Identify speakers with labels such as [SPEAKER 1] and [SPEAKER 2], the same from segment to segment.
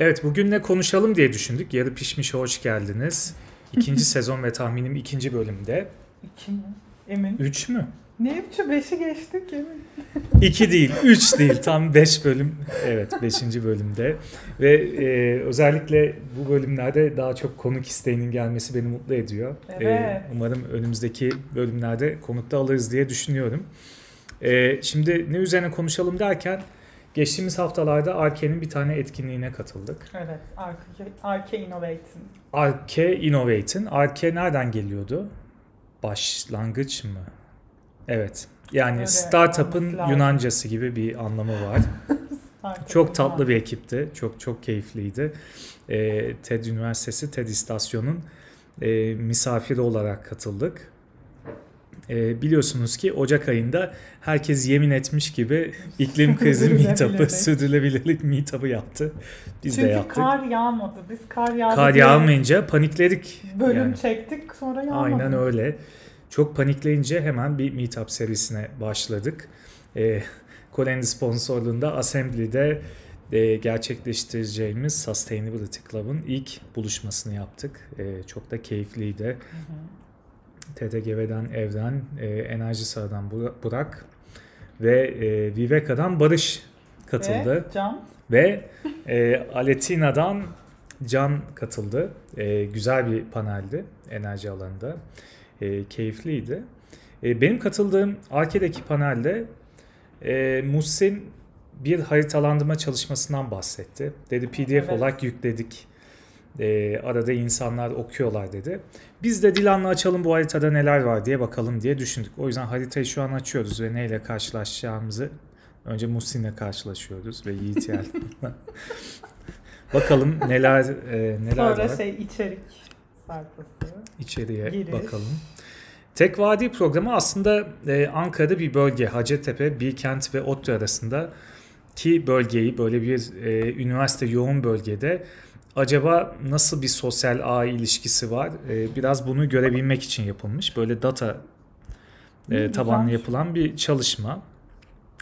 [SPEAKER 1] Evet bugün ne konuşalım diye düşündük. Yarı Pişmiş'e hoş geldiniz. İkinci sezon ve tahminim ikinci bölümde.
[SPEAKER 2] İki mi? Emin.
[SPEAKER 1] Üç mü?
[SPEAKER 2] Ne üçü? Beşi geçtik Emin.
[SPEAKER 1] İki değil, üç değil. Tam beş bölüm. Evet, beşinci bölümde. Ve e, özellikle bu bölümlerde daha çok konuk isteğinin gelmesi beni mutlu ediyor. E,
[SPEAKER 2] Evet.
[SPEAKER 1] umarım önümüzdeki bölümlerde konuk da alırız diye düşünüyorum. E, şimdi ne üzerine konuşalım derken geçtiğimiz haftalarda Arke'nin bir tane etkinliğine katıldık.
[SPEAKER 2] Evet. Arke, Arke Innovate'in.
[SPEAKER 1] Arke Innovate'in. Arke nereden geliyordu? Başlangıç mı? Evet. Yani
[SPEAKER 2] Öyle
[SPEAKER 1] startup'ın
[SPEAKER 2] olması lazım.
[SPEAKER 1] Yunancası gibi bir anlamı var.
[SPEAKER 2] Arke
[SPEAKER 1] Çok tatlı bir ekipti. Çok çok keyifliydi. Ee, TED Üniversitesi, TED İstasyonu'nun e, misafiri olarak katıldık. Ee, biliyorsunuz ki Ocak ayında herkes yemin etmiş gibi iklim krizi
[SPEAKER 2] Sürdürülebilirlik.
[SPEAKER 1] meetup'ı, sürdürülebilirlik meetup'ı yaptı. Biz
[SPEAKER 2] Çünkü
[SPEAKER 1] de yaptık.
[SPEAKER 2] kar yağmadı. Biz kar yağdı.
[SPEAKER 1] Kar
[SPEAKER 2] diye
[SPEAKER 1] yağmayınca panikledik.
[SPEAKER 2] Bölüm
[SPEAKER 1] yani.
[SPEAKER 2] çektik sonra yağmadı.
[SPEAKER 1] Aynen öyle. Çok panikleyince hemen bir meetup serisine başladık. E, Colen'in sponsorluğunda Assembly'de e, gerçekleştireceğimiz Sustainability Club'ın ilk buluşmasını yaptık. E, çok da keyifliydi.
[SPEAKER 2] Hı hı.
[SPEAKER 1] TTGV'den Evren, e, Enerji Sağ'dan Bur- Burak ve e, Viveka'dan Barış katıldı.
[SPEAKER 2] Ve Cam.
[SPEAKER 1] Ve e, Aletina'dan Can katıldı. E, güzel bir paneldi enerji alanında. E, keyifliydi. E, benim katıldığım Arke'deki panelde e, Muhsin bir haritalandırma çalışmasından bahsetti. Dedi PDF
[SPEAKER 2] Evet.
[SPEAKER 1] olarak yükledik. E, arada insanlar okuyorlar dedi. Biz de Dilan'la açalım bu haritada neler var diye bakalım diye düşündük. O yüzden haritayı şu an açıyoruz ve neyle karşılaşacağımızı önce Muhsin'le karşılaşıyoruz ve Yiğit Yelden'le. bakalım neler e, neler
[SPEAKER 2] Sonra
[SPEAKER 1] var
[SPEAKER 2] şey içerik sayfası.
[SPEAKER 1] içeriye
[SPEAKER 2] Giriş.
[SPEAKER 1] bakalım. Tek Vadi programı aslında e, Ankara'da bir bölge Hacettepe, Bilkent ve ODTÜ arasında ki bölgeyi böyle bir e, üniversite yoğun bölgede acaba nasıl bir sosyal ağ ilişkisi var? E, biraz bunu görebilmek için yapılmış. Böyle data e,
[SPEAKER 2] Hı,
[SPEAKER 1] tabanlı
[SPEAKER 2] güzelmiş.
[SPEAKER 1] yapılan bir çalışma.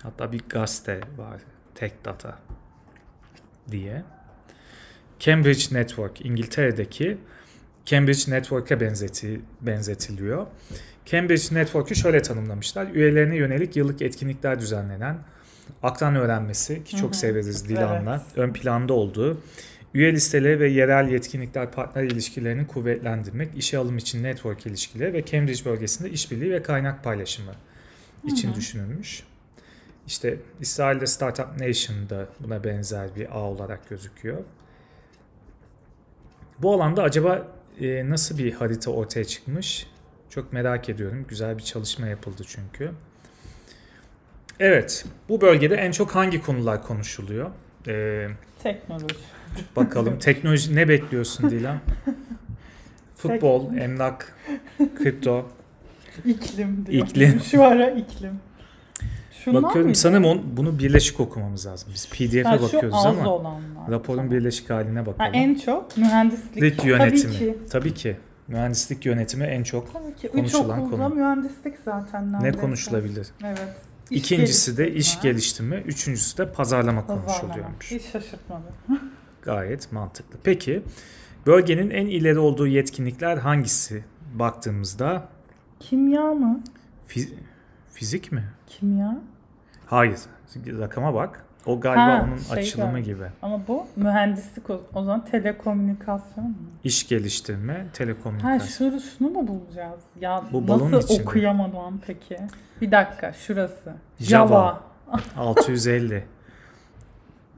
[SPEAKER 1] Hatta bir gazete var. Tek Data diye. Cambridge Network İngiltere'deki Cambridge Network'e benzeti, benzetiliyor. Cambridge Network'ü şöyle tanımlamışlar. Üyelerine yönelik yıllık etkinlikler düzenlenen, akran öğrenmesi ki
[SPEAKER 2] Hı
[SPEAKER 1] çok
[SPEAKER 2] hı.
[SPEAKER 1] severiz Dilan'la,
[SPEAKER 2] Evet.
[SPEAKER 1] ön planda olduğu, üye listeleri ve yerel yetkinlikler partner ilişkilerini kuvvetlendirmek, işe alım için network ilişkileri ve Cambridge bölgesinde işbirliği ve kaynak paylaşımı için düşünülmüş. İşte İsrail'de Startup Nation'da buna benzer bir ağ olarak gözüküyor. Bu alanda acaba e, nasıl bir harita ortaya çıkmış? Çok merak ediyorum. Güzel bir çalışma yapıldı çünkü. Evet, bu bölgede en çok hangi konular konuşuluyor? E,
[SPEAKER 2] Teknoloji.
[SPEAKER 1] bakalım teknoloji ne bekliyorsun Dilan? Futbol, emlak, kripto.
[SPEAKER 2] İklim diyor.
[SPEAKER 1] İklim.
[SPEAKER 2] Şu ara iklim. Şunlar
[SPEAKER 1] Bakıyorum
[SPEAKER 2] mıydı?
[SPEAKER 1] sanırım on, bunu birleşik okumamız lazım. Biz PDF'e
[SPEAKER 2] Ha, şu
[SPEAKER 1] bakıyoruz
[SPEAKER 2] az
[SPEAKER 1] ama
[SPEAKER 2] olanlar.
[SPEAKER 1] raporun birleşik haline
[SPEAKER 2] Ha,
[SPEAKER 1] bakalım.
[SPEAKER 2] en çok mühendislik.
[SPEAKER 1] Mühendislik yönetimi.
[SPEAKER 2] Tabii ki.
[SPEAKER 1] Tabii ki. Mühendislik yönetimi en çok
[SPEAKER 2] Tabii ki. Üç
[SPEAKER 1] Konuşulan
[SPEAKER 2] okulda
[SPEAKER 1] konu.
[SPEAKER 2] mühendislik zaten.
[SPEAKER 1] ne
[SPEAKER 2] neredeyse.
[SPEAKER 1] konuşulabilir?
[SPEAKER 2] Evet. İş
[SPEAKER 1] İkincisi de iş
[SPEAKER 2] geliştirme,
[SPEAKER 1] geliştirme, üçüncüsü de pazarlama
[SPEAKER 2] pazarlama.
[SPEAKER 1] konuşuluyormuş.
[SPEAKER 2] Hiç şaşırtmadı.
[SPEAKER 1] Gayet mantıklı. Peki bölgenin en ileri olduğu yetkinlikler hangisi? Baktığımızda
[SPEAKER 2] Kimya mı?
[SPEAKER 1] fi- fizik mi?
[SPEAKER 2] Kimya.
[SPEAKER 1] Hayır. Rakama bak. O galiba
[SPEAKER 2] Ha,
[SPEAKER 1] onun
[SPEAKER 2] şey
[SPEAKER 1] açılımı
[SPEAKER 2] galiba.
[SPEAKER 1] gibi.
[SPEAKER 2] Ama bu mühendislik o, o zaman telekomünikasyon mu?
[SPEAKER 1] İş geliştirme, telekomünikasyon.
[SPEAKER 2] Ha şunu, şunu mu bulacağız? Ya
[SPEAKER 1] Bu balonun
[SPEAKER 2] nasıl
[SPEAKER 1] içinde.
[SPEAKER 2] okuyamadım peki? Bir dakika şurası.
[SPEAKER 1] Java.
[SPEAKER 2] Java. şey.
[SPEAKER 1] 650.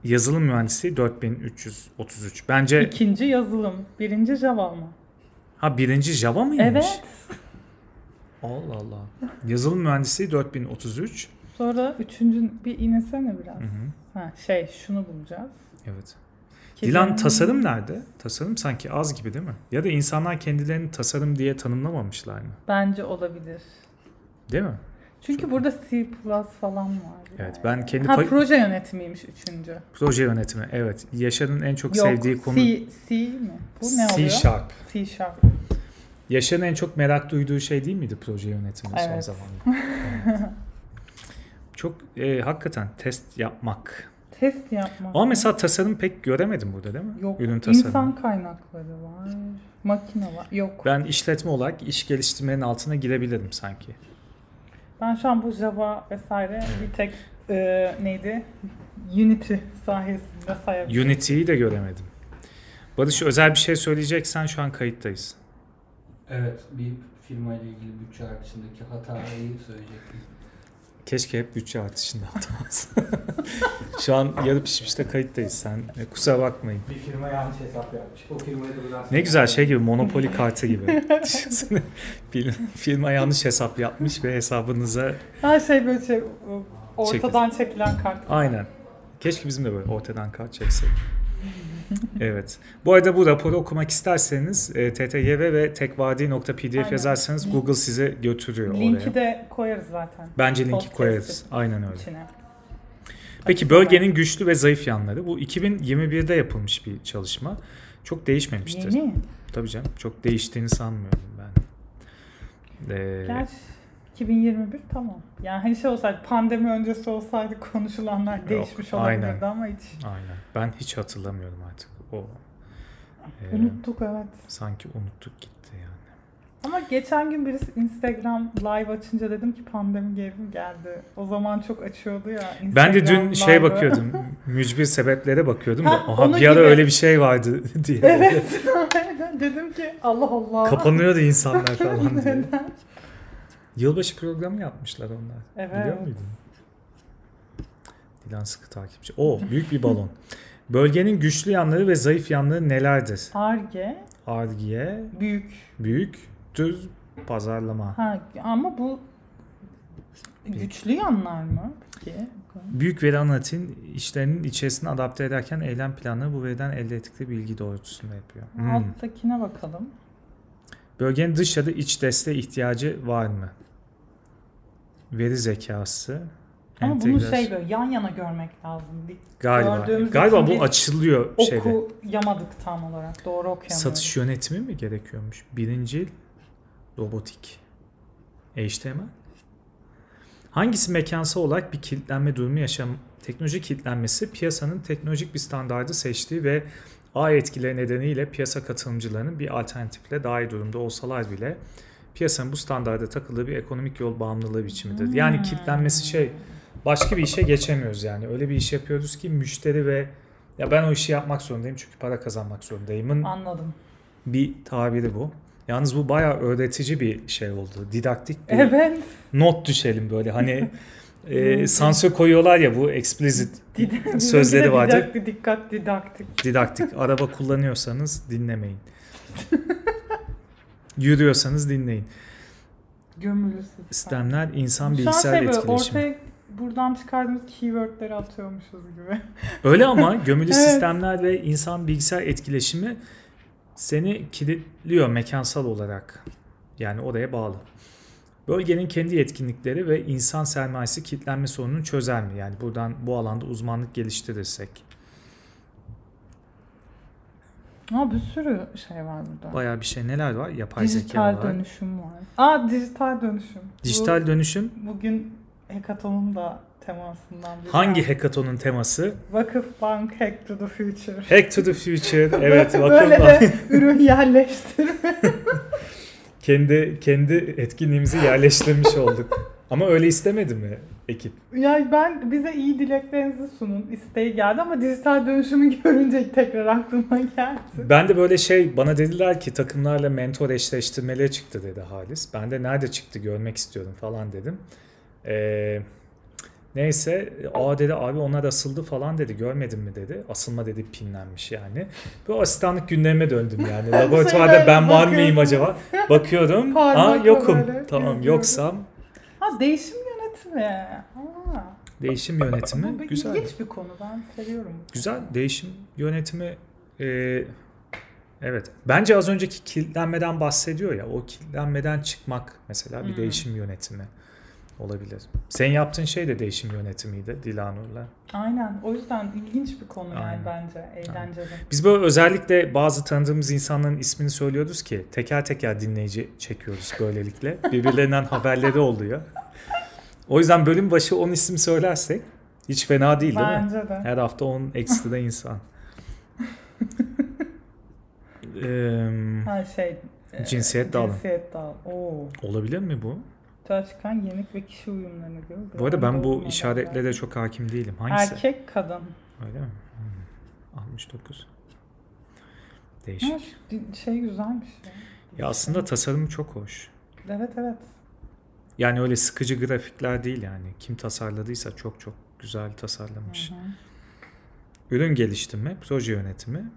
[SPEAKER 1] Yazılım mühendisliği 4333. Bence
[SPEAKER 2] İkinci yazılım. Birinci Java mı?
[SPEAKER 1] ha birinci Java mıymış?
[SPEAKER 2] Evet.
[SPEAKER 1] Allah Allah. Yazılım mühendisliği 4033.
[SPEAKER 2] Sonra üçüncü bir inesene biraz.
[SPEAKER 1] Hı hı.
[SPEAKER 2] Ha şey şunu bulacağız.
[SPEAKER 1] Evet.
[SPEAKER 2] Ki
[SPEAKER 1] Dilan
[SPEAKER 2] ben-
[SPEAKER 1] tasarım nerede? Tasarım sanki az gibi değil mi? Ya da insanlar kendilerini tasarım diye tanımlamamışlar mı?
[SPEAKER 2] Bence olabilir.
[SPEAKER 1] Değil mi?
[SPEAKER 2] Çünkü burada C++ falan var.
[SPEAKER 1] Evet
[SPEAKER 2] yani.
[SPEAKER 1] ben kendi
[SPEAKER 2] Ha
[SPEAKER 1] pa-
[SPEAKER 2] proje yönetimiymiş üçüncü.
[SPEAKER 1] proje yönetimi. Evet. Yaşar'ın en çok
[SPEAKER 2] Yok,
[SPEAKER 1] sevdiği konu
[SPEAKER 2] C, C mi? Bu ne
[SPEAKER 1] C
[SPEAKER 2] oluyor?
[SPEAKER 1] Sharp.
[SPEAKER 2] C sharp.
[SPEAKER 1] Yaşar'ın en çok merak duyduğu şey değil miydi proje yönetimi son
[SPEAKER 2] Evet.
[SPEAKER 1] zamanlarda? Evet. çok e, hakikaten test yapmak.
[SPEAKER 2] Test yapmak.
[SPEAKER 1] Ama mesela tasarım pek göremedim burada değil mi?
[SPEAKER 2] Yok.
[SPEAKER 1] Ürün tasarımı.
[SPEAKER 2] insan kaynakları var. Makine var. Yok. Ben,
[SPEAKER 1] Ben işletme olarak iş geliştirmenin altına girebilirim sanki.
[SPEAKER 2] şu an bu Java vesaire bir tek e, neydi? Unity sayesinde sayabilirim.
[SPEAKER 1] Unity'yi de göremedim. Barış özel bir şey söyleyeceksen şu an kayıttayız.
[SPEAKER 3] Evet, bir firma ile ilgili bütçe artışındaki hatayı söyleyecektim.
[SPEAKER 1] Keşke hep bütçe artışında olmaz. şu an yarı pişmişte kayıttayız. Sen e, kusura bakmayın.
[SPEAKER 4] Bir firma yanlış hesap yapmış. O firmayı da buradan
[SPEAKER 1] Ne güzel şey gibi monopoli kartı gibi. Düşünsene, fir- firma yanlış hesap yapmış ve hesabınıza
[SPEAKER 2] Her şey böyle şey, ortadan çekilen kart.
[SPEAKER 1] aynen. Keşke bizim de böyle ortadan kart çeksek. Evet. Bu arada bu raporu okumak isterseniz e, ttgv ve tekvadi.pdf
[SPEAKER 2] Aynen.
[SPEAKER 1] yazarsanız Google size götürüyor oraya.
[SPEAKER 2] Linki de koyarız zaten
[SPEAKER 1] Bence linki
[SPEAKER 2] Podcast'ı.
[SPEAKER 1] koyarız. Aynen öyle.
[SPEAKER 2] içine.
[SPEAKER 1] Peki bölgenin güçlü ve zayıf yanları. Bu 2021'de yapılmış bir çalışma. Çok değişmemiştir.
[SPEAKER 2] Yeni.
[SPEAKER 1] Tabii canım. Çok değiştiğini sanmıyorum ben. Ee,
[SPEAKER 2] Gerçi 2021 tamam. Yani hani şey olsaydı pandemi öncesi olsaydı konuşulanlar değişmiş olabilirdi
[SPEAKER 1] aynen.
[SPEAKER 2] ama hiç
[SPEAKER 1] aynen. Ben hiç hatırlamıyorum artık. O ee,
[SPEAKER 2] unuttuk evet.
[SPEAKER 1] sanki unuttuk gitti yani.
[SPEAKER 2] Ama geçen gün birisi Instagram live açınca dedim ki pandemi geri mi geldi. O zaman çok açıyordu ya Instagram
[SPEAKER 1] Ben de dün şeye
[SPEAKER 2] live'ı.
[SPEAKER 1] bakıyordum. mücbir sebeplere bakıyordum da
[SPEAKER 2] Ha,
[SPEAKER 1] aha
[SPEAKER 2] onun
[SPEAKER 1] bir ara
[SPEAKER 2] gibi.
[SPEAKER 1] öyle bir şey vardı diye.
[SPEAKER 2] evet. aynen. dedim ki Allah Allah.
[SPEAKER 1] Kapanıyordu insanlar falan diye.
[SPEAKER 2] Neden?
[SPEAKER 1] Yılbaşı programı yapmışlar onlar. Biliyor
[SPEAKER 2] Evet.
[SPEAKER 1] muydun? Dilan sıkı takipçi. O büyük bir balon. Bölgenin güçlü yanları ve zayıf yanları nelerdir?
[SPEAKER 2] Arge
[SPEAKER 1] Argiye,
[SPEAKER 2] büyük.
[SPEAKER 1] büyük, düz, pazarlama.
[SPEAKER 2] Ha ama bu güçlü yanlar mı? Peki.
[SPEAKER 1] Büyük veri analitin işlerinin içerisine adapte ederken eylem planları bu veriden elde ettikleri bilgi doğrultusunda yapıyor. Hmm.
[SPEAKER 2] Alttakine bakalım.
[SPEAKER 1] Bölgenin dış ya da iç desteğe ihtiyacı var mı? Veri zekası.
[SPEAKER 2] Ama bunu
[SPEAKER 1] entegrasyon-
[SPEAKER 2] şey böyle yan yana görmek lazım. Bir
[SPEAKER 1] galiba.
[SPEAKER 2] gördüğümüz
[SPEAKER 1] Galiba
[SPEAKER 2] için
[SPEAKER 1] bu
[SPEAKER 2] biz
[SPEAKER 1] açılıyor şeyde.
[SPEAKER 2] okuyamadık tam olarak. Doğru okuyamadık.
[SPEAKER 1] Satış yönetimi mi gerekiyormuş? Birinci robotik. HTML. Hangisi mekansı olarak bir kilitlenme durumu yaşam teknoloji kilitlenmesi piyasanın teknolojik bir standardı seçtiği ve ağ etkileri nedeniyle piyasa katılımcılarının bir alternatifle daha iyi durumda olsalar bile piyasanın bu standarda takıldığı bir ekonomik yol bağımlılığı biçimidir. Yani
[SPEAKER 2] Hmm.
[SPEAKER 1] kilitlenmesi şey başka bir işe geçemiyoruz yani. Öyle bir iş yapıyoruz ki müşteri ve ya ben o işi yapmak zorundayım çünkü para kazanmak zorundayımın
[SPEAKER 2] Anladım.
[SPEAKER 1] bir tabiri bu. Yalnız bu bayağı öğretici bir şey oldu. Didaktik bir
[SPEAKER 2] Evet.
[SPEAKER 1] not düşelim böyle. Hani e, sansür koyuyorlar ya bu explicit
[SPEAKER 2] Did-
[SPEAKER 1] Sözleri
[SPEAKER 2] bizimki de
[SPEAKER 1] vardı.
[SPEAKER 2] didaktik- Dikkat didaktik.
[SPEAKER 1] didaktik. Araba kullanıyorsanız dinlemeyin. Yürüyorsanız dinleyin.
[SPEAKER 2] Gömülü sistem.
[SPEAKER 1] Sistemler
[SPEAKER 2] Şu an
[SPEAKER 1] insan
[SPEAKER 2] şey
[SPEAKER 1] bilgisayar
[SPEAKER 2] böyle
[SPEAKER 1] etkileşimi.
[SPEAKER 2] Ortaya buradan çıkardığımız keywordleri atıyormuşuz gibi.
[SPEAKER 1] Öyle ama gömülü
[SPEAKER 2] Evet.
[SPEAKER 1] sistemler ve insan bilgisayar etkileşimi seni kilitliyor mekansal olarak. Yani oraya bağlı. Bölgenin kendi yetkinlikleri ve insan sermayesi kilitlenme sorununu çözer mi? Yani buradan bu alanda uzmanlık geliştirirsek.
[SPEAKER 2] Ama bir sürü şey var burada.
[SPEAKER 1] Bayağı bir şey neler var? Yapay zeka
[SPEAKER 2] dijital
[SPEAKER 1] var.
[SPEAKER 2] dönüşüm var. Aa dijital dönüşüm. Bu-
[SPEAKER 1] Dijital dönüşüm
[SPEAKER 2] bugün Hekaton'un da temasından biri.
[SPEAKER 1] hangi hackathon'un teması?
[SPEAKER 2] Vakıf Bank Hack to the Future.
[SPEAKER 1] Hack to the Future. Evet,
[SPEAKER 2] Böyle
[SPEAKER 1] bakın
[SPEAKER 2] de ürün yerleştirme.
[SPEAKER 1] kendi kendi etkinliğimizi yerleştirmiş olduk. Ama öyle istemedi mi ekip?
[SPEAKER 2] Yani ben bize iyi dileklerinizi sunun isteği geldi ama dijital dönüşümü görünce tekrar aklıma geldi.
[SPEAKER 1] Ben de böyle şey bana dediler ki takımlarla mentor eşleştirmeleri çıktı dedi Halis. Ben de nerede çıktı görmek istiyorum falan dedim. Ee, neyse aa dedi abi onlar asıldı falan dedi görmedin mi dedi. Asılma dedi pinlenmiş yani. Bu asistanlık günlerime döndüm yani. Laboratuvarda
[SPEAKER 2] Şöyle
[SPEAKER 1] ben var mıyım
[SPEAKER 2] bakıyorsun.
[SPEAKER 1] acaba? Bakıyorum. aa
[SPEAKER 2] Parmakla
[SPEAKER 1] yokum.
[SPEAKER 2] böyle
[SPEAKER 1] Tamam
[SPEAKER 2] izliyorum.
[SPEAKER 1] yoksam
[SPEAKER 2] Ha değişim yönetimi. Ha.
[SPEAKER 1] değişim
[SPEAKER 2] Bu
[SPEAKER 1] yönetimi
[SPEAKER 2] bir
[SPEAKER 1] güzel.
[SPEAKER 2] ilginç bir konu. Ben seviyorum.
[SPEAKER 1] Güzel değişim yönetimi e, evet bence az önceki kilitlenmeden bahsediyor ya o kilitlenmeden çıkmak mesela bir
[SPEAKER 2] Hmm.
[SPEAKER 1] değişim yönetimi olabilir. Sen yaptığın şey de değişim yönetimiydi Dilanur'la.
[SPEAKER 2] Aynen. O yüzden ilginç bir konu yani
[SPEAKER 1] Aynen.
[SPEAKER 2] bence. Eğlenceli.
[SPEAKER 1] Biz böyle özellikle bazı tanıdığımız insanların ismini söylüyoruz ki teker teker dinleyici çekiyoruz böylelikle. Birbirlerinden haberleri oluyor. O yüzden bölüm başı 10 isim söylersek Hiç fena değil değil mi?
[SPEAKER 2] Bence de.
[SPEAKER 1] Her hafta 10 eksi de insan. Em,
[SPEAKER 2] Her şey. e,
[SPEAKER 1] Cinsiyet dağılımı.
[SPEAKER 2] Cinsiyet dağılımı. Oo.
[SPEAKER 1] olabilir mi bu?
[SPEAKER 2] Ortaya çıkan yenik ve kişi uyumlarına göre.
[SPEAKER 1] Bu arada ben bu
[SPEAKER 2] doğum
[SPEAKER 1] işaretlere
[SPEAKER 2] oranları.
[SPEAKER 1] çok hakim değilim. Hangisi?
[SPEAKER 2] Erkek kadın.
[SPEAKER 1] Öyle mi? Hmm. 69. Değişik.
[SPEAKER 2] Ha, şu di- şey güzelmiş. Ya.
[SPEAKER 1] Ya aslında tasarım çok hoş.
[SPEAKER 2] Evet evet.
[SPEAKER 1] Yani öyle sıkıcı grafikler değil yani. Kim tasarladıysa çok çok güzel tasarlamış.
[SPEAKER 2] Hı hı.
[SPEAKER 1] Ürün geliştirme, proje yönetimi.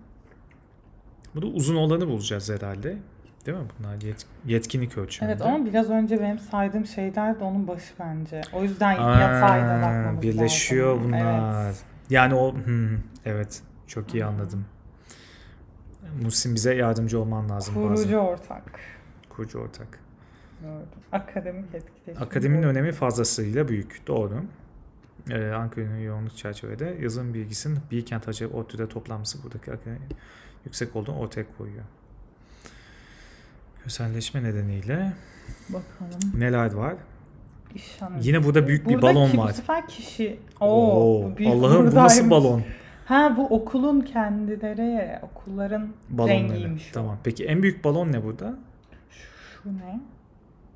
[SPEAKER 1] Bu da uzun olanı bulacağız herhalde. Değil mi? Bunlar yet- yetkinlik ölçümünde.
[SPEAKER 2] Evet ama biraz önce benim saydığım şeyler de onun başı bence. O yüzden
[SPEAKER 1] Aa,
[SPEAKER 2] yatayda bakmamız
[SPEAKER 1] Birleşiyor
[SPEAKER 2] lazım.
[SPEAKER 1] bunlar.
[SPEAKER 2] Evet.
[SPEAKER 1] Yani o hmm, evet çok iyi anladım. Musim bize yardımcı olman lazım
[SPEAKER 2] Kurucu
[SPEAKER 1] bazen.
[SPEAKER 2] ortak.
[SPEAKER 1] Kurucu ortak.
[SPEAKER 2] Doğru. Akademik etkileşim.
[SPEAKER 1] Akademinin
[SPEAKER 2] Doğru.
[SPEAKER 1] önemi fazlasıyla büyük. Doğru. Ee, Ankara'nın yoğunluk çerçevede yazılım bilgisinin Bilkent Hacı ODTÜ'de toplanması buradaki akademi yüksek olduğunu ortaya koyuyor. Köselleşme nedeniyle
[SPEAKER 2] Bakalım.
[SPEAKER 1] neler var?
[SPEAKER 2] İş analizi.
[SPEAKER 1] Yine burada büyük bir balon
[SPEAKER 2] ki bu
[SPEAKER 1] var.
[SPEAKER 2] sefer kişi. Oo,
[SPEAKER 1] Oo,
[SPEAKER 2] bu büyük
[SPEAKER 1] Allah'ım bu nasıl
[SPEAKER 2] buradaymış.
[SPEAKER 1] balon?
[SPEAKER 2] Ha bu okulun kendileri, okulların
[SPEAKER 1] Balonları.
[SPEAKER 2] rengiymiş. o.
[SPEAKER 1] Tamam. Peki en büyük balon ne burada?
[SPEAKER 2] Şu ne?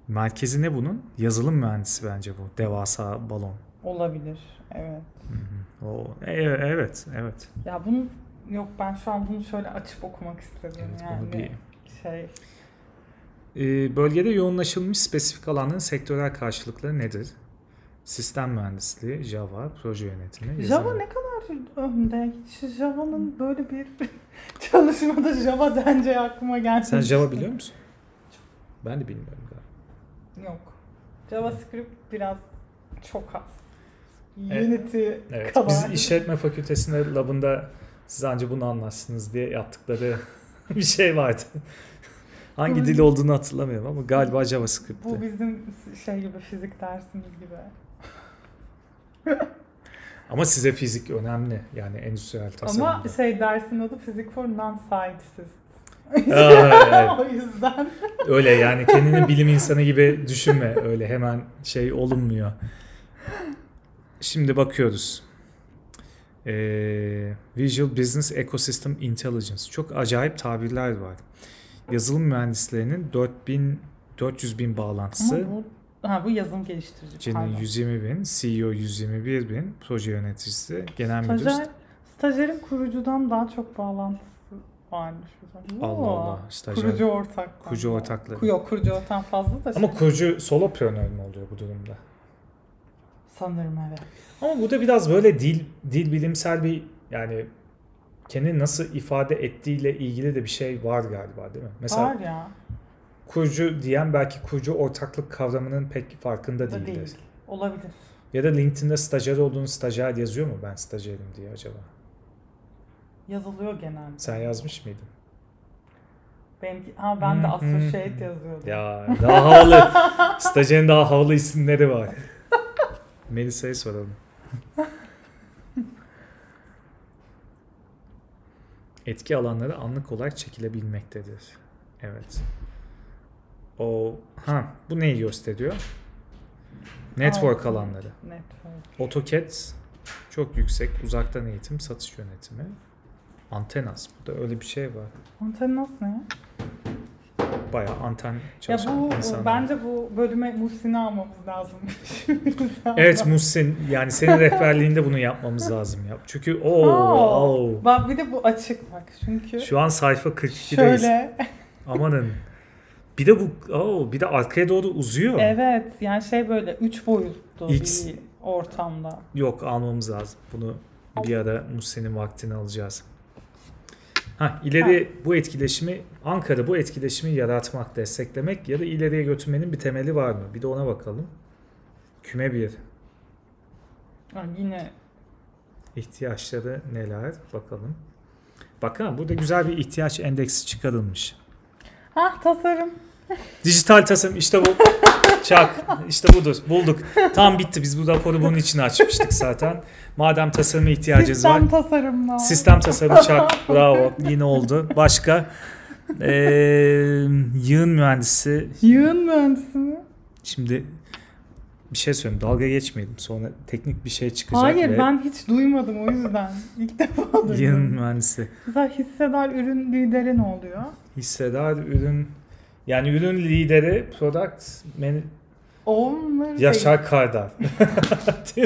[SPEAKER 1] Merkezi ne bunun? Yazılım mühendisi bence bu. Devasa balon.
[SPEAKER 2] Olabilir. Evet.
[SPEAKER 1] Hı hı. Oo, e- evet, evet.
[SPEAKER 2] Ya bunu yok ben şu an bunu şöyle açıp okumak istedim
[SPEAKER 1] Evet,
[SPEAKER 2] yani.
[SPEAKER 1] bunu bir
[SPEAKER 2] Şey.
[SPEAKER 1] Ee, Bölgede yoğunlaşılmış spesifik alanın sektörel karşılıkları nedir? Sistem mühendisliği, Java, proje yönetimi,
[SPEAKER 2] Java
[SPEAKER 1] yazılım.
[SPEAKER 2] ne kadar önde? Hiç Java'nın böyle bir çalışmada Java dence aklıma gelmedi.
[SPEAKER 1] Sen Java biliyor musun? Ben de bilmiyorum daha.
[SPEAKER 2] Yok. JavaScript biraz çok az.
[SPEAKER 1] Evet.
[SPEAKER 2] Unity
[SPEAKER 1] Evet,
[SPEAKER 2] kadar.
[SPEAKER 1] biz işletme fakültesinde labında siz anca bunu anlarsınız diye yaptıkları bir şey vardı. Hangi dil olduğunu hatırlamıyorum ama galiba
[SPEAKER 2] Bu
[SPEAKER 1] JavaScript'ti.
[SPEAKER 2] bizim şey gibi fizik dersimiz gibi.
[SPEAKER 1] Ama size fizik önemli yani endüstriyel tasarımda.
[SPEAKER 2] Ama şey dersin adı Physics for Non-Scientists.
[SPEAKER 1] Aa,
[SPEAKER 2] o yüzden.
[SPEAKER 1] evet. Öyle yani kendini bilim insanı gibi düşünme. Öyle hemen şey olunmuyor. Şimdi bakıyoruz. Ee, Visual Business Ecosystem Intelligence. Çok acayip tabirler var. Yazılım mühendislerinin 4000 400 bin bağlantısı.
[SPEAKER 2] Ama bu, ha, bu yazılım geliştirici.
[SPEAKER 1] C'nin
[SPEAKER 2] pardon.
[SPEAKER 1] 120 bin, E CEO 121 bin, proje yöneticisi, genel müdür.
[SPEAKER 2] Stajyer, stajyerin kurucudan daha çok bağlantısı varmış. hocam.
[SPEAKER 1] Allah
[SPEAKER 2] Oo.
[SPEAKER 1] Allah, stajyer-
[SPEAKER 2] Kurucu ortak.
[SPEAKER 1] Kurucu ortakları.
[SPEAKER 2] Yok kurucu ortam fazla da.
[SPEAKER 1] Ama
[SPEAKER 2] şey-
[SPEAKER 1] kurucu soloprenör mü oluyor bu durumda?
[SPEAKER 2] sanırım evet.
[SPEAKER 1] Ama bu da biraz böyle dil dil bilimsel bir yani kendini nasıl ifade ettiğiyle ilgili de bir şey var galiba değil mi? Mesela
[SPEAKER 2] Var ya.
[SPEAKER 1] kurucu diyen belki kurucu ortaklık kavramının pek farkında
[SPEAKER 2] Da
[SPEAKER 1] değildir.
[SPEAKER 2] değil. Olabilir.
[SPEAKER 1] Ya da LinkedIn'de stajyer olduğunu stajyer yazıyor mu ben stajyerim diye acaba?
[SPEAKER 2] Yazılıyor genelde.
[SPEAKER 1] Sen yazmış mıydın?
[SPEAKER 2] Benimki, ha ben de
[SPEAKER 1] Hmm, hmm,
[SPEAKER 2] associate yazıyordum.
[SPEAKER 1] Ya daha havalı. Stajyerin daha havalı isimleri var. Melisa'ya soralım. Etki alanları anlık olarak çekilebilmektedir. Evet. O ha bu neyi gösteriyor? Network
[SPEAKER 2] Aa,
[SPEAKER 1] alanları.
[SPEAKER 2] Network.
[SPEAKER 1] AutoCAD çok yüksek. Uzaktan eğitim, satış yönetimi. Antenas. Burada öyle bir şey var.
[SPEAKER 2] Anten nasıl ne?
[SPEAKER 1] Bayağı anten
[SPEAKER 2] Ya
[SPEAKER 1] çalışan
[SPEAKER 2] bu
[SPEAKER 1] insanlar.
[SPEAKER 2] bence bu bölüme Muhsin'i almamız lazım.
[SPEAKER 1] Evet Muhsin yani senin rehberliğinde bunu yapmamız lazım ya. Çünkü o
[SPEAKER 2] Oo. Bak bir de bu açık bak çünkü
[SPEAKER 1] şu an sayfa 42'deyiz.
[SPEAKER 2] şöyle
[SPEAKER 1] Amanın. Bir de bu oo, bir de arkaya doğru uzuyor.
[SPEAKER 2] evet yani şey böyle üç boyutlu
[SPEAKER 1] X.
[SPEAKER 2] bir ortamda.
[SPEAKER 1] Yok almamız lazım. Bunu bir ara Muhsin'in vaktini alacağız. Ha ileri bu etkileşimi Ankara bu etkileşimi yaratmak, desteklemek ya da ileriye götürmenin bir temeli var mı? Bir de ona bakalım. Küme bir.
[SPEAKER 2] Ha, yine
[SPEAKER 1] ihtiyaçları neler bakalım. Bakın burada güzel bir ihtiyaç endeksi çıkarılmış.
[SPEAKER 2] ha tasarım.
[SPEAKER 1] Dijital tasarım işte bu. Çak işte budur bulduk. Tam bitti biz bu raporu bunun için açmıştık zaten. Madem tasarıma ihtiyacınız var.
[SPEAKER 2] Sistem tasarımla.
[SPEAKER 1] Sistem tasarımı çak bravo yine oldu. Başka Eee yığın mühendisi
[SPEAKER 2] Yığın mühendisi mi?
[SPEAKER 1] şimdi bir şey söyleyeyim dalga geçmeyelim sonra teknik bir şey çıkacak
[SPEAKER 2] Hayır
[SPEAKER 1] ve
[SPEAKER 2] ben hiç duymadım o yüzden. İlk defa duydum.
[SPEAKER 1] yılın mühendisi
[SPEAKER 2] Mesela hissedar ürün lideri ne oluyor?
[SPEAKER 1] hissedar ürün yani ürün lideri product man,
[SPEAKER 2] Onlar
[SPEAKER 1] Yaşar Kardar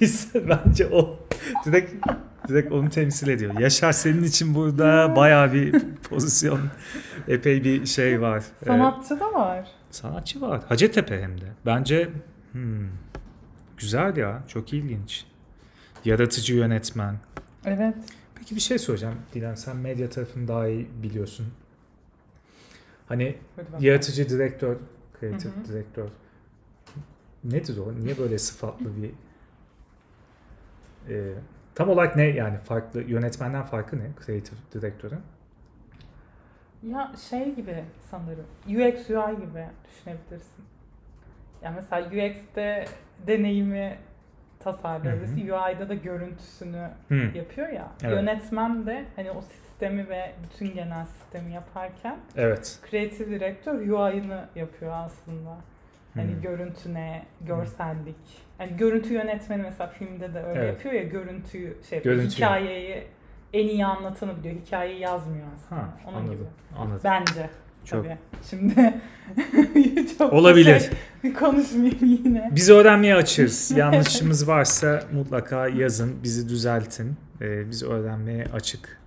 [SPEAKER 1] hisse bence o direkt direkt onu temsil ediyor. Yaşar senin için burada bayağı bir pozisyon epey bir şey var. Ee,
[SPEAKER 2] Sanatçı da var.
[SPEAKER 1] Sanatçı var. Hacettepe hem de. Bence hmm, güzel ya. Çok ilginç. Yaratıcı yönetmen.
[SPEAKER 2] Evet.
[SPEAKER 1] Peki bir şey soracağım. Dilan sen medya tarafını daha iyi biliyorsun. Hani
[SPEAKER 2] Lütfen.
[SPEAKER 1] yaratıcı direktör, kreatif
[SPEAKER 2] Hı hı.
[SPEAKER 1] direktör. Nedir o? Niye böyle sıfatlı bir... Ee, tam olarak ne yani farklı yönetmenden farkı ne kreatif direktörün?
[SPEAKER 2] Ya şey gibi sanırım. UX UI gibi düşünebilirsin. Yani mesela UX'te deneyimi tasarlıyoruz.
[SPEAKER 1] Hı hı.
[SPEAKER 2] UI'da da görüntüsünü
[SPEAKER 1] Hı.
[SPEAKER 2] yapıyor ya.
[SPEAKER 1] Evet.
[SPEAKER 2] Yönetmen de hani o sistemi ve bütün genel sistemi yaparken
[SPEAKER 1] Evet.
[SPEAKER 2] kreatif direktör UI'ını yapıyor aslında. Hani
[SPEAKER 1] Hı.
[SPEAKER 2] görüntü ne,
[SPEAKER 1] Hmm.
[SPEAKER 2] görsellik. Hani görüntü yönetmeni mesela filmde de öyle
[SPEAKER 1] Evet.
[SPEAKER 2] yapıyor ya görüntüyü şey yapıyor.
[SPEAKER 1] Görüntü.
[SPEAKER 2] Hikayeyi en iyi anlatanı biliyor. Hikayeyi yazmıyor aslında.
[SPEAKER 1] Ha,
[SPEAKER 2] Onun gibi.
[SPEAKER 1] anladım. Anladım.
[SPEAKER 2] Bence.
[SPEAKER 1] Çok.
[SPEAKER 2] Tabii. Şimdi çok
[SPEAKER 1] Olabilir.
[SPEAKER 2] Şey, konuşmayayım yine.
[SPEAKER 1] Biz öğrenmeye açığız. Yanlışımız varsa mutlaka yazın, bizi düzeltin. Ee, biz öğrenmeye açık.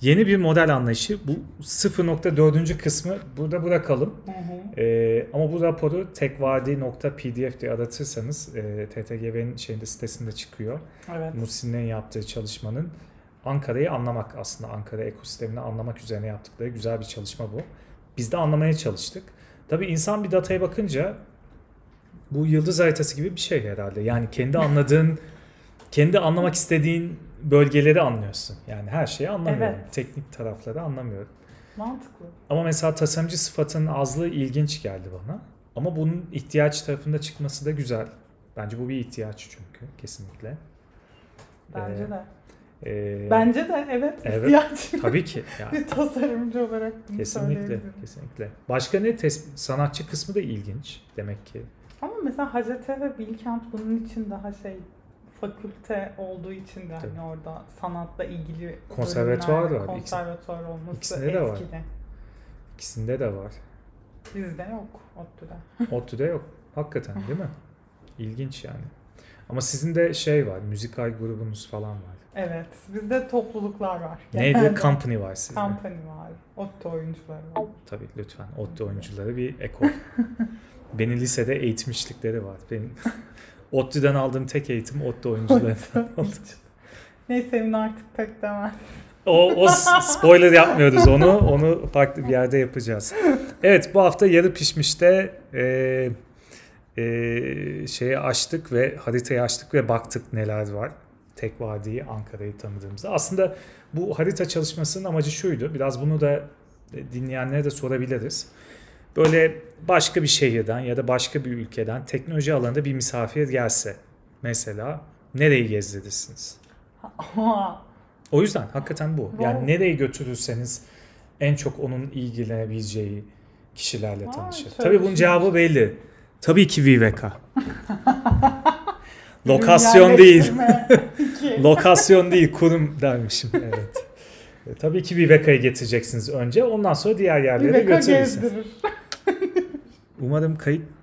[SPEAKER 1] Yeni bir model anlayışı. Bu 0.4. kısmı burada bırakalım.
[SPEAKER 2] Hı hı.
[SPEAKER 1] Ee, ama bu raporu tekvadi.pdf diye aratırsanız e, TTGV'nin şeyinde sitesinde çıkıyor.
[SPEAKER 2] Evet.
[SPEAKER 1] Muhsin'in yaptığı çalışmanın Ankara'yı anlamak aslında Ankara ekosistemini anlamak üzerine yaptıkları güzel bir çalışma bu. Biz de anlamaya çalıştık. Tabii insan bir dataya bakınca bu yıldız haritası gibi bir şey herhalde. Yani kendi anladığın, kendi anlamak istediğin bölgeleri anlıyorsun. Yani her şeyi anlamıyorum.
[SPEAKER 2] Evet.
[SPEAKER 1] Teknik tarafları anlamıyorum.
[SPEAKER 2] Mantıklı.
[SPEAKER 1] Ama mesela tasarımcı sıfatının azlığı ilginç geldi bana. Ama bunun ihtiyaç tarafında çıkması da güzel. Bence bu bir ihtiyaç çünkü kesinlikle.
[SPEAKER 2] Bence
[SPEAKER 1] Ee,
[SPEAKER 2] de.
[SPEAKER 1] ee,
[SPEAKER 2] Bence de evet.
[SPEAKER 1] Evet.
[SPEAKER 2] ihtiyaç.
[SPEAKER 1] Tabii ki. Yani,
[SPEAKER 2] Bir tasarımcı olarak bunu
[SPEAKER 1] kesinlikle,
[SPEAKER 2] söyleyebilirim.
[SPEAKER 1] kesinlikle. Başka ne? Tes- sanatçı kısmı da ilginç demek ki.
[SPEAKER 2] Ama mesela Hacettepe Bilkent bunun için daha şey fakülte olduğu için de
[SPEAKER 1] Tabii.
[SPEAKER 2] hani orada sanatla ilgili
[SPEAKER 1] Konservatuvar
[SPEAKER 2] bölümler,
[SPEAKER 1] var. İkisi-
[SPEAKER 2] Konservatuvar olması
[SPEAKER 1] ikisinde de var.
[SPEAKER 2] etkili.
[SPEAKER 1] İkisinde de var.
[SPEAKER 2] Bizde yok ODTÜ'de.
[SPEAKER 1] ODTÜ'de yok. Hakikaten değil mi? İlginç yani. Ama sizin de şey var, müzikal grubunuz falan var.
[SPEAKER 2] Evet. Bizde topluluklar var.
[SPEAKER 1] Neydi?
[SPEAKER 2] Genelde
[SPEAKER 1] Company var sizde.
[SPEAKER 2] Company var. ODTÜ oyuncuları var.
[SPEAKER 1] Tabii lütfen. ODTÜ oyuncuları bir ekol. Beni lisede eğitmişlikleri var. Benim ODTÜ'den aldığım tek eğitim ODTÜ oyuncuları.
[SPEAKER 2] Neyse Emin artık pek demez.
[SPEAKER 1] o, o s- spoiler yapmıyoruz onu. Onu farklı bir yerde yapacağız. Evet bu hafta yarı pişmişte e, e, şeyi açtık ve haritayı açtık ve baktık neler var. Tek Vadi'yi Ankara'yı tanıdığımızda. Aslında bu harita çalışmasının amacı şuydu. Biraz bunu da dinleyenlere de sorabiliriz. Böyle başka bir şehirden ya da başka bir ülkeden teknoloji alanında bir misafir gelse mesela nereyi gezdirirsiniz?
[SPEAKER 2] Ama
[SPEAKER 1] O yüzden hakikaten bu. Yani
[SPEAKER 2] Wow.
[SPEAKER 1] nereye götürürseniz en çok onun ilgilenebileceği kişilerle
[SPEAKER 2] Vay,
[SPEAKER 1] tanışır.
[SPEAKER 2] çok
[SPEAKER 1] Tabii bunun
[SPEAKER 2] güzel.
[SPEAKER 1] cevabı belli. Tabii ki Viveka. Lokasyon değil.
[SPEAKER 2] İki.
[SPEAKER 1] Lokasyon değil, kurum dermişim. Evet. E, Tabii ki Viveka'yı getireceksiniz önce. Ondan sonra diğer yerlere
[SPEAKER 2] Viveka
[SPEAKER 1] götürürsünüz.
[SPEAKER 2] gezdirir.
[SPEAKER 1] Umarım kayıt